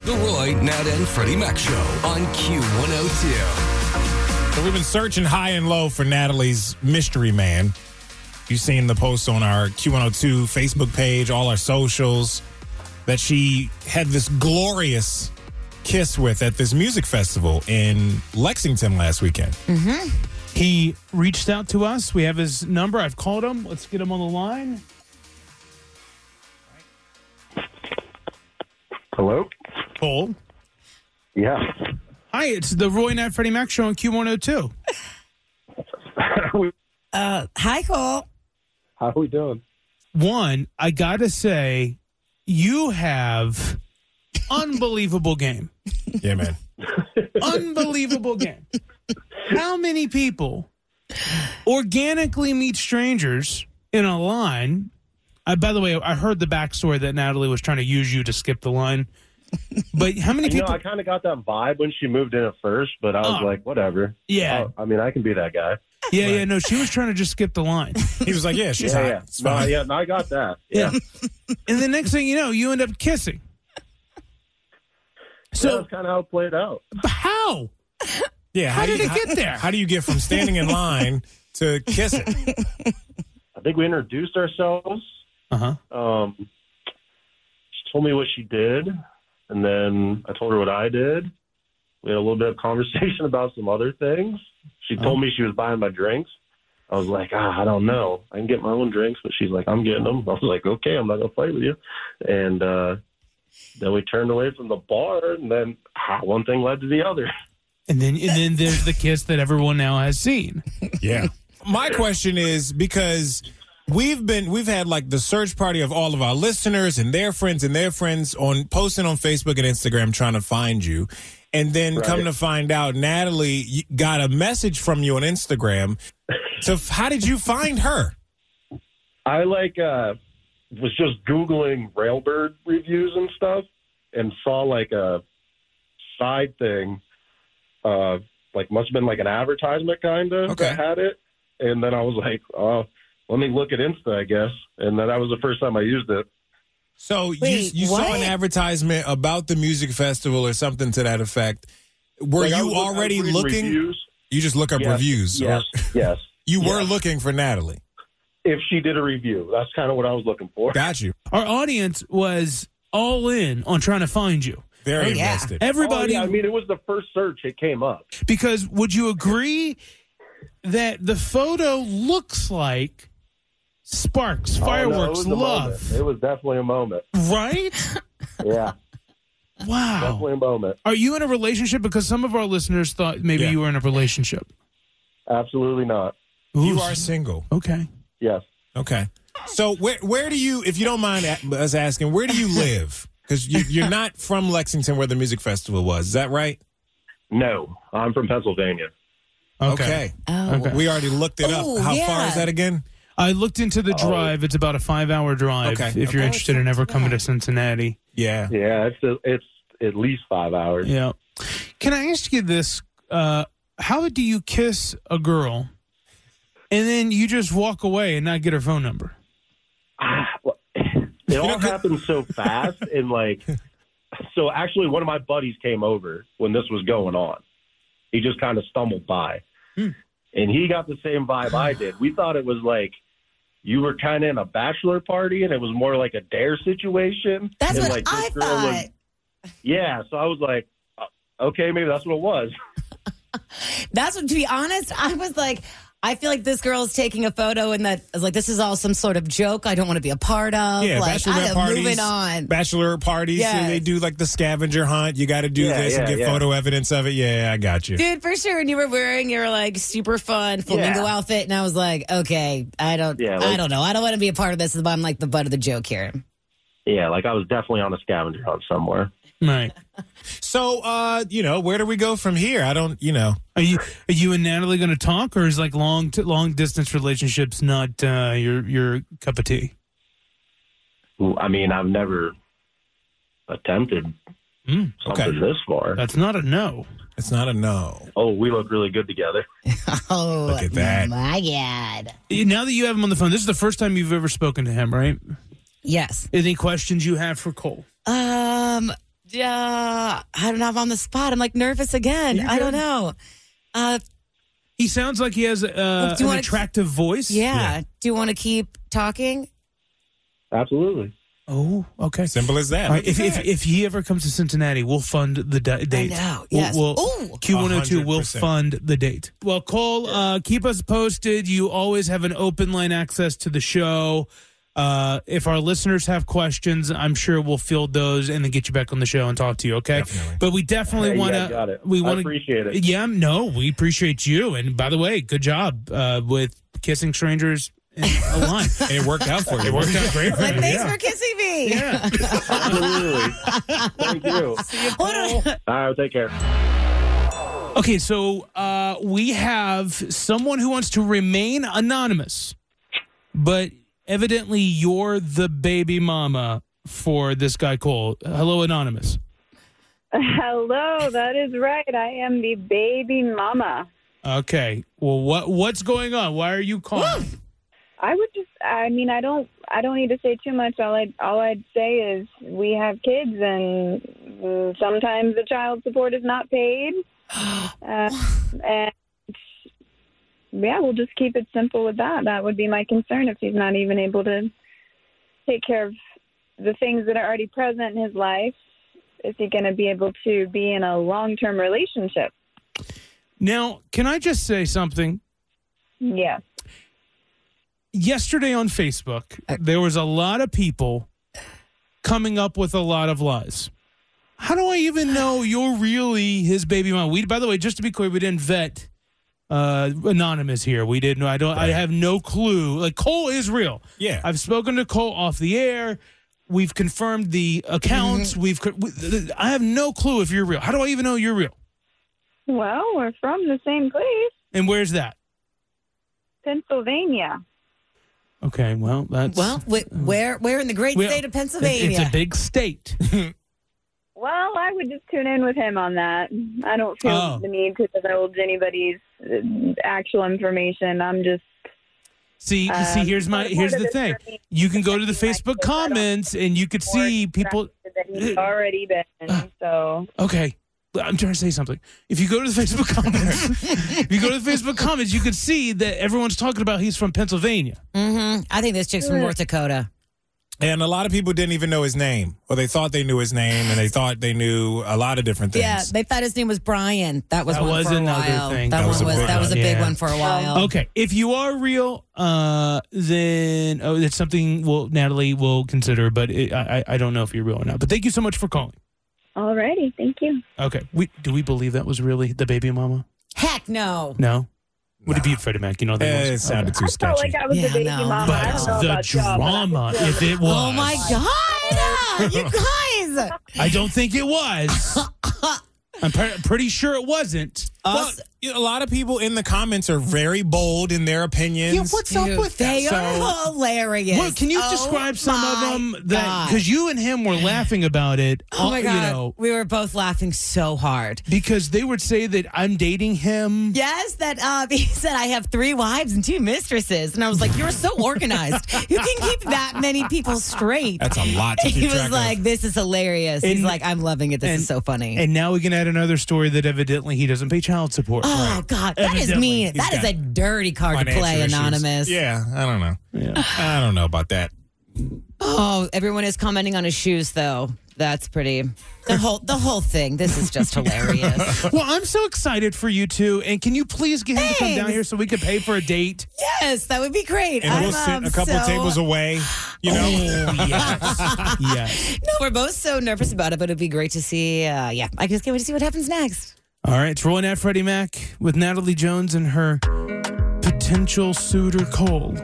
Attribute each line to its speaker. Speaker 1: The Roy, Nat, and Freddie Mac Show on Q102.
Speaker 2: So we've been searching high and low for Natalie's mystery man. You've seen the post on our Q102 Facebook page, all our socials, that she had this glorious kiss with at this music festival in Lexington last weekend.
Speaker 3: He reached out to us. We have his number. I've called him. Let's get him on the line.
Speaker 4: Hello?
Speaker 3: Cole.
Speaker 4: Yeah.
Speaker 3: Hi, it's the Roy Nat Freddie Mac show on Q102.
Speaker 5: Uh, Hi, Cole.
Speaker 4: How are we doing?
Speaker 3: One, I got to say, you have unbelievable game.
Speaker 2: Yeah, man.
Speaker 3: Unbelievable game. How many people organically meet strangers in a line? I, by the way, I heard the backstory that Natalie was trying to use you to skip the line. But how many
Speaker 4: You know,
Speaker 3: people?
Speaker 4: I kind of got that vibe when she moved in at first, but I was
Speaker 3: Oh.
Speaker 4: like, whatever.
Speaker 3: yeah,
Speaker 4: Oh, I mean, I can be that guy.
Speaker 3: yeah, yeah. No, she was trying to just skip the line.
Speaker 2: He was like, Yeah, she's
Speaker 4: yeah,
Speaker 2: hot.
Speaker 4: yeah.
Speaker 2: It's
Speaker 4: No,
Speaker 2: fine.
Speaker 4: yeah, no, I got that.
Speaker 3: Yeah.
Speaker 4: Yeah.
Speaker 3: and the next thing you know, you end up kissing.
Speaker 4: So
Speaker 3: So
Speaker 4: that's kind of how it played out.
Speaker 3: how?
Speaker 2: Yeah,
Speaker 3: How
Speaker 2: do
Speaker 3: did
Speaker 2: you-
Speaker 3: it get there?
Speaker 2: How do you get from standing in line to kissing?
Speaker 4: I think we introduced ourselves.
Speaker 3: Uh huh.
Speaker 4: Um, she told me what she did, and then I told her what I did. We had a little bit of conversation about some other things. She told me she was buying my drinks. I was like, ah, I don't know. I can get my own drinks, but she's like, I'm getting them. I was like, okay, I'm not gonna fight with you. And uh, then we turned away from the bar, and then ah, one thing led to the other.
Speaker 3: And then and then there's the kiss that everyone now has seen.
Speaker 2: Yeah. My question is because we've been we've had like the search party of all of our listeners and their friends and their friends on posting on Facebook and Instagram trying to find you. And then
Speaker 4: Right.
Speaker 2: come to find out Natalie y- got a message from you on Instagram. So f- how did you find her?
Speaker 4: I like uh was just googling railbird reviews and stuff and saw like a side thing uh like must have been like an advertisement kind of
Speaker 2: Okay.
Speaker 4: that had it and then I was like, "Oh, let me look at Insta, I guess." And then that was the first time I used it.
Speaker 2: So
Speaker 5: Wait,
Speaker 2: you you saw
Speaker 5: what?
Speaker 2: an advertisement about the music festival or something to that effect. Were
Speaker 4: Like, I
Speaker 2: you
Speaker 4: was- I was
Speaker 2: already
Speaker 4: reading
Speaker 2: looking?
Speaker 4: reviews.
Speaker 2: You just look up
Speaker 4: Yes,
Speaker 2: reviews.
Speaker 4: Yes.
Speaker 2: Or,
Speaker 4: yes.
Speaker 2: you were
Speaker 4: Yes.
Speaker 2: looking for Natalie.
Speaker 4: If she did a review, that's kind of what I was looking for.
Speaker 2: Got you.
Speaker 3: Our audience was all in on trying to find you.
Speaker 2: Very
Speaker 5: Oh, yeah.
Speaker 2: invested.
Speaker 3: Everybody
Speaker 4: Oh, yeah, I mean, it was the first search it came up.
Speaker 3: because would you agree that the photo looks like sparks, fireworks,
Speaker 4: oh, no, it was a
Speaker 3: love.
Speaker 4: moment. It was definitely a moment.
Speaker 3: Right?
Speaker 4: Yeah,
Speaker 3: Wow.
Speaker 4: definitely a moment.
Speaker 3: Are you in a relationship? Because some of our listeners thought maybe
Speaker 2: Yeah.
Speaker 3: you were in a relationship.
Speaker 4: Absolutely not.
Speaker 3: Ooh,
Speaker 2: You are single.
Speaker 3: okay.
Speaker 4: Yes.
Speaker 2: Okay. So where where do you, if you don't mind a- us asking, where do you live? Because you, you're not from Lexington, where the music festival was. Is that right?
Speaker 4: No. I'm from Pennsylvania.
Speaker 3: Okay.
Speaker 5: Oh,
Speaker 3: Okay.
Speaker 2: We already looked it
Speaker 5: Oh,
Speaker 2: up. How far
Speaker 5: yeah.
Speaker 2: is that again?
Speaker 3: I looked into the
Speaker 4: Oh.
Speaker 3: drive. It's about a five-hour drive.
Speaker 2: Okay.
Speaker 3: If you're
Speaker 5: Oh,
Speaker 3: interested in
Speaker 5: sounds
Speaker 3: ever coming to
Speaker 5: good.
Speaker 3: Cincinnati,
Speaker 2: Yeah.
Speaker 4: Yeah, it's a, it's at least five hours.
Speaker 3: yeah. Can I ask you this? Uh, how do you kiss a girl, and then you just walk away and not get her phone number?
Speaker 4: Ah, well, it all happened so fast and like so actually one of my buddies came over when this was going on. He just kind of stumbled by.
Speaker 3: Hmm.
Speaker 4: And he got the same vibe I did. We thought it was like you were kind of in a bachelor party and it was more like a dare situation.
Speaker 5: That's
Speaker 4: And,
Speaker 5: what
Speaker 4: like, this
Speaker 5: I
Speaker 4: girl was-
Speaker 5: thought.
Speaker 4: yeah, so I was like uh, okay, maybe that's what it was.
Speaker 5: That's what, to be honest, I was like, I feel like this girl's taking a photo and that, I was like, this is all some sort of joke I don't want to be a part of.
Speaker 2: Yeah,
Speaker 5: like, I
Speaker 2: bachelorette
Speaker 5: am
Speaker 2: parties.
Speaker 5: moving on.
Speaker 2: Bachelor parties. yeah,
Speaker 5: Yes.
Speaker 2: they do like the scavenger hunt. You got to do
Speaker 4: Yeah,
Speaker 2: this and
Speaker 4: yeah,
Speaker 2: get
Speaker 4: yeah.
Speaker 2: photo evidence of it. Yeah, I got you.
Speaker 5: Dude, for sure. And you were wearing your like super fun flamingo
Speaker 4: Yeah.
Speaker 5: outfit. And I was like, okay, I don't,
Speaker 4: Yeah, like-
Speaker 5: I don't know. I don't want to be a part of this. But I'm like the butt of the joke here.
Speaker 4: Yeah, like I was definitely on a scavenger hunt somewhere.
Speaker 3: Right.
Speaker 2: So, uh, you know, where do we go from here? I don't, you know.
Speaker 3: Are you are you and Natalie going to talk, or is like long t- long distance relationships not uh, your your cup of tea?
Speaker 4: Well, I mean, I've never attempted
Speaker 3: Mm,
Speaker 4: something
Speaker 2: Okay.
Speaker 4: this far.
Speaker 3: That's not a no.
Speaker 2: It's not a no.
Speaker 4: oh, we look really good together.
Speaker 5: Oh,
Speaker 2: Look at that.
Speaker 5: my God.
Speaker 3: Now that you have him on the phone, this is the first time you've ever spoken to him, right?
Speaker 5: Yes.
Speaker 3: Any questions you have for Cole?
Speaker 5: Um, yeah, I don't know. I'm on the spot. I'm like nervous again. I don't know. Uh,
Speaker 3: He sounds like he has uh,
Speaker 5: do
Speaker 3: an
Speaker 5: you wanna-
Speaker 3: attractive voice.
Speaker 5: yeah. Do you want to keep talking?
Speaker 4: Absolutely.
Speaker 3: Oh, okay.
Speaker 2: Simple as that.
Speaker 3: All
Speaker 2: Look at
Speaker 3: right, if, if
Speaker 2: that.
Speaker 3: if he ever comes to Cincinnati, we'll fund the di- date.
Speaker 5: know,
Speaker 3: We'll-
Speaker 5: yes.
Speaker 3: We'll,
Speaker 5: Ooh.
Speaker 3: Q102 will
Speaker 2: 100%.
Speaker 3: fund the date. Well, Cole, uh, keep us posted. You always have an open line access to the show. Uh, if our listeners have questions, I'm sure we'll field those and then get you back on the show and talk to you. Okay,
Speaker 2: Definitely.
Speaker 3: but we definitely
Speaker 4: Hey, you
Speaker 3: want
Speaker 4: guys got
Speaker 3: to.
Speaker 4: it.
Speaker 3: uh, We
Speaker 4: I
Speaker 3: want
Speaker 4: appreciate it.
Speaker 3: Yeah, no, we appreciate you. And by the way, good job uh, with kissing strangers in a line.
Speaker 2: and it worked out for you. It worked out great for
Speaker 5: Like,
Speaker 2: you.
Speaker 5: thanks for kissing me.
Speaker 3: yeah.
Speaker 4: Absolutely. Thank you.
Speaker 5: Hold on.
Speaker 4: All right, take care.
Speaker 3: Okay, so uh, we have someone who wants to remain anonymous, but evidently you're the baby mama for this guy Cole. Hello, anonymous.
Speaker 6: Hello, that is right. I am the baby mama.
Speaker 3: Okay, well, what what's going on? Why are you calling?
Speaker 6: I would just I mean I don't I don't need to say too much. All I all I'd say is we have kids and mm, sometimes the child support is not paid. Uh, and yeah, we'll just keep it simple with that. That would be my concern if he's not even able to take care of the things that are already present in his life. Is he going to be able to be in a long-term relationship?
Speaker 3: Now, can I just say something?
Speaker 6: Yeah.
Speaker 3: Yesterday on Facebook,
Speaker 5: Uh,
Speaker 3: there was a lot of people coming up with a lot of lies. How do I even know you're really his baby mom? We, by the way, just to be clear, we didn't vet uh, anonymous here. We didn't. I don't. I have no clue. Like Cole is real.
Speaker 2: Yeah.
Speaker 3: I've spoken to Cole off the air. We've confirmed the accounts.
Speaker 5: Mm-hmm.
Speaker 3: We've. co- We, th- th- I have no clue if you're real. How do I even know you're real?
Speaker 6: Well, we're from the same place,
Speaker 3: And where's that?
Speaker 6: Pennsylvania.
Speaker 3: Okay. Well, that's
Speaker 5: Well, wh- where where in the great
Speaker 3: Well,
Speaker 5: state of
Speaker 3: It's
Speaker 5: Pennsylvania?
Speaker 3: a big state.
Speaker 6: Well, I would just tune in with him on that. I don't feel
Speaker 3: Oh.
Speaker 6: the need to divulge anybody's uh, actual information. I'm just
Speaker 3: See,
Speaker 6: Um,
Speaker 3: see, here's my
Speaker 6: part
Speaker 3: here's
Speaker 6: of
Speaker 3: the
Speaker 6: it
Speaker 3: thing.
Speaker 6: for me
Speaker 3: You
Speaker 6: is
Speaker 3: can go
Speaker 6: that
Speaker 3: to the
Speaker 6: he likes
Speaker 3: Facebook
Speaker 6: it, but I don't
Speaker 3: comments and you could
Speaker 6: more
Speaker 3: see people. Uh.
Speaker 6: distracted than he's already been. So
Speaker 3: Okay, but I'm trying to say something. If you go to the Facebook comments, if you go to the Facebook comments, you could see that everyone's talking about he's from Pennsylvania.
Speaker 5: hmm I think this chick's from North Dakota.
Speaker 2: And a lot of people didn't even know his name, or they thought they knew his name, and they thought they knew a lot of different things.
Speaker 5: Yeah, they thought his name was Brian. That was
Speaker 3: That
Speaker 5: one
Speaker 3: was
Speaker 5: for a
Speaker 3: another
Speaker 5: while.
Speaker 3: thing.
Speaker 5: That,
Speaker 2: That was
Speaker 5: one
Speaker 2: a
Speaker 5: was
Speaker 2: big
Speaker 5: that was a
Speaker 3: one.
Speaker 5: big
Speaker 3: Yeah. Oh.
Speaker 5: one for a
Speaker 2: Oh.
Speaker 5: while.
Speaker 3: Okay, if you are real, uh, then oh, that's something. Well, Natalie will consider, but it, I I I don't know if you're real or not. But thank you so much for calling.
Speaker 6: alrighty, thank you.
Speaker 3: Okay, we do we believe that was really the baby mama?
Speaker 5: Heck no.
Speaker 3: No, would it be Freddie Mac? You know,
Speaker 2: Eh,
Speaker 3: the ones-
Speaker 2: it sounded
Speaker 3: Okay.
Speaker 2: too
Speaker 6: I felt
Speaker 2: sketchy.
Speaker 6: like I was
Speaker 5: Yeah,
Speaker 6: the baby
Speaker 5: no.
Speaker 6: mama. I
Speaker 3: But
Speaker 6: don't
Speaker 3: it's
Speaker 6: know
Speaker 3: the
Speaker 6: about y'all, but I
Speaker 3: drama.
Speaker 6: just feel
Speaker 3: If it was,
Speaker 5: Oh my god! You guys.
Speaker 3: I don't think it was. I'm pre- pretty sure it wasn't.
Speaker 2: Well, you know, a lot of people in the comments are very bold in their opinions.
Speaker 5: Dude, They are hilarious.
Speaker 3: Well, can you
Speaker 5: Oh
Speaker 3: describe some of
Speaker 5: my
Speaker 3: them that
Speaker 5: God.
Speaker 3: because you and him were laughing about it?
Speaker 5: Oh my
Speaker 3: uh,
Speaker 5: god,
Speaker 3: You know,
Speaker 5: we were both laughing so hard.
Speaker 3: because they would say that I'm dating him.
Speaker 5: Yes, that uh, he said I have three wives and two mistresses, and I was like, "You're so organized. you can keep that many people straight."
Speaker 2: That's a lot to
Speaker 5: he
Speaker 2: keep
Speaker 5: was
Speaker 2: track
Speaker 5: like,
Speaker 2: of.
Speaker 5: "This is hilarious." He's
Speaker 3: And-
Speaker 5: like, "I'm loving it. This
Speaker 3: and-
Speaker 5: is so funny."
Speaker 3: And now we can add another story that evidently he doesn't pay child support.
Speaker 5: oh God, that is
Speaker 3: Evidently,
Speaker 5: mean.
Speaker 3: he's
Speaker 5: That is
Speaker 2: got
Speaker 5: a dirty card to
Speaker 2: Financial
Speaker 5: play,
Speaker 2: issues.
Speaker 5: anonymous.
Speaker 2: Yeah, I don't know.
Speaker 3: Yeah.
Speaker 2: I don't know about that.
Speaker 5: Oh, everyone is commenting on his shoes, though. That's pretty. The whole the whole thing. This is just hilarious.
Speaker 3: Well, I'm so excited for you two, and can you please get him to come down
Speaker 5: Thanks.
Speaker 3: here so we can pay for a date?
Speaker 5: yes, that would be great.
Speaker 2: And we'll
Speaker 5: I'm,
Speaker 2: sit a
Speaker 5: um,
Speaker 2: couple
Speaker 5: so-
Speaker 2: tables away. You know,
Speaker 3: Oh, yes, yes.
Speaker 5: No, we're both so nervous about it, but it'd be great to see. Uh, yeah, I just can't wait to see what happens next.
Speaker 3: All right, it's rolling at Freddie Mac with Natalie Jones and her potential suitor Cole.